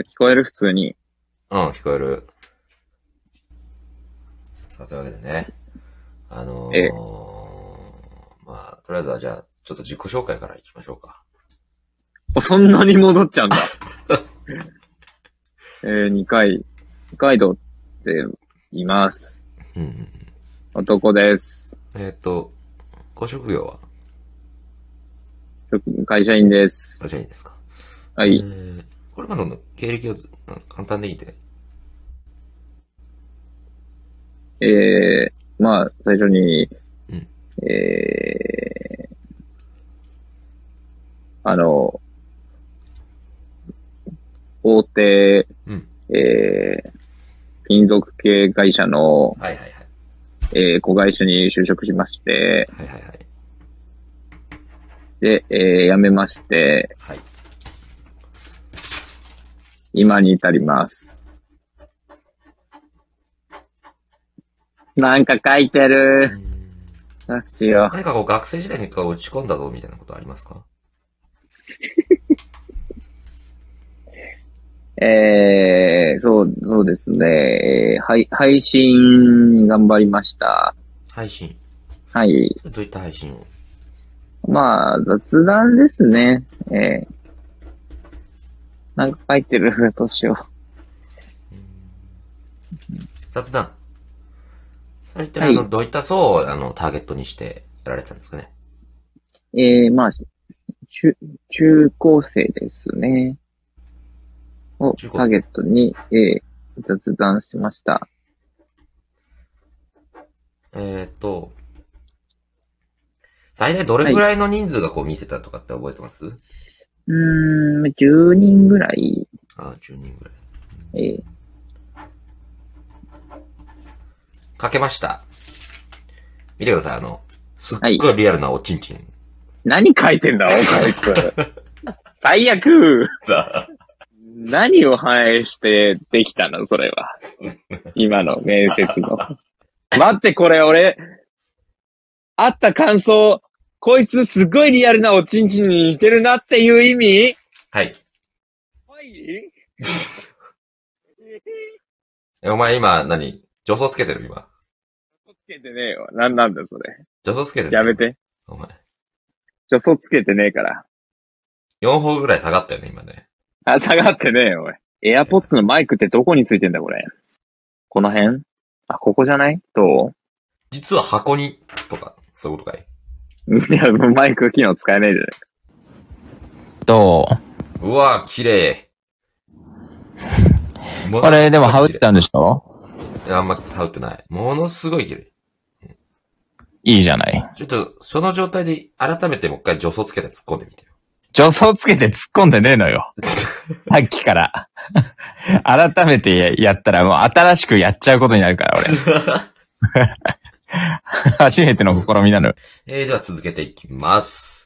聞こえる普通に。うん、聞こえる。さあ、というわけでね。あのーええまあ、とりあえずはじゃあ、ちょっと自己紹介からいきましょうか。あそんなに戻っちゃうん だ。えー、二回、二階堂って言います。うんうん男です。うん。えっ、と、ご職業は職会社員です。どちらにですかはえい。ーこれまでの経歴をずうん簡単でいいって。えー、まあ、最初に、うんえー、あの、大手、うん。えー、金属系会社の、はいはいはい。えー、子会社に就職しまして、はいはいはい。で、えー、辞めまして、はい。今に至ります。なんか書いてる。どうしよ何かこう学生時代に一回落ち込んだぞみたいなことありますかう。えー、そう、そうですね。えーはい、配信頑張りました。配信。はい。それどういった配信をまあ、雑談ですね。えー、なんか書いてる。 どうしよ雑談。それってあの、はいどういった層をあのターゲットにしてやられてたんですかねう。えー、まあ、中、中高生ですね。をタ中高生ーゲットに、えー、雑談しました。えっ、と、最大どれぐらいの人数がこう見てたとかって覚えてます、うーん、10人ぐらい、ああ、10人ぐらい。えーかけました。見てください、あの、すっはいごいリアルなおちんちん。何書いてんだ、おこいつ。 最悪。何を反映してできたの、それは。今の面接の。待って、これ俺、会った感想、こいつすごいリアルなおちんちんに似てるなっていう意味はい。はいえ、お前今何、助走つけてる今。つけてねえよ。なんなんだ、それ。助走つけてるやめ。て。お前。助走つけてねえから。 4歩ぐらい下がったよね、今ね。あ、下がってねえよ、おい。エアポッツのマイクってどこについてんだ、これ。この辺あ、ここじゃないど実は箱に、とか、そういうことかい。ういや、もう マイク機能使えないじゃない。どううわぁ、綺麗。ものすごい綺麗あれ、でも、ハウったんでしょいやあんま羽織ってない。ものすごい綺麗。いいじゃない。ちょっと、その状態で改めてもう一回助走つけて突っ込んでみてよ。助走つけて突っ込んでねえのよ。さっきから。改めてややったらもう新しくやっちゃうことになるから、俺。初めての試みなのよ。えー、では続けていきます。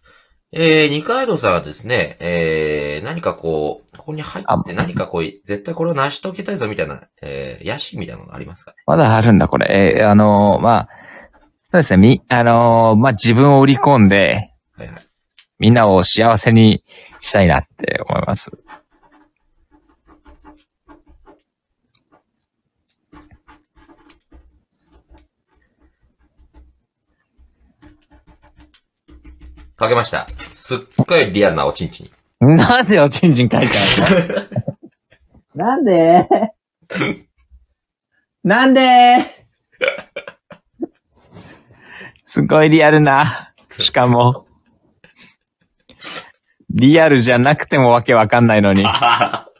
えー、二階堂さんはですね、えー、何かこう、ここに入って何かこう、絶対これを成し遂げたいぞみたいな、えー、野心みたいなのがありますかねまだあるんだ、これ。えーあのーまあ、そうですね、み、あのーまあ、自分を売り込んで、はいはい。みんなを幸せにしたいなって思います。かけました。すっごいリアルなおちんちん。なんでおちんちん書いてある な んでなんですごいリアルな。しかも。リアルじゃなくてもわけわかんないのに。あはは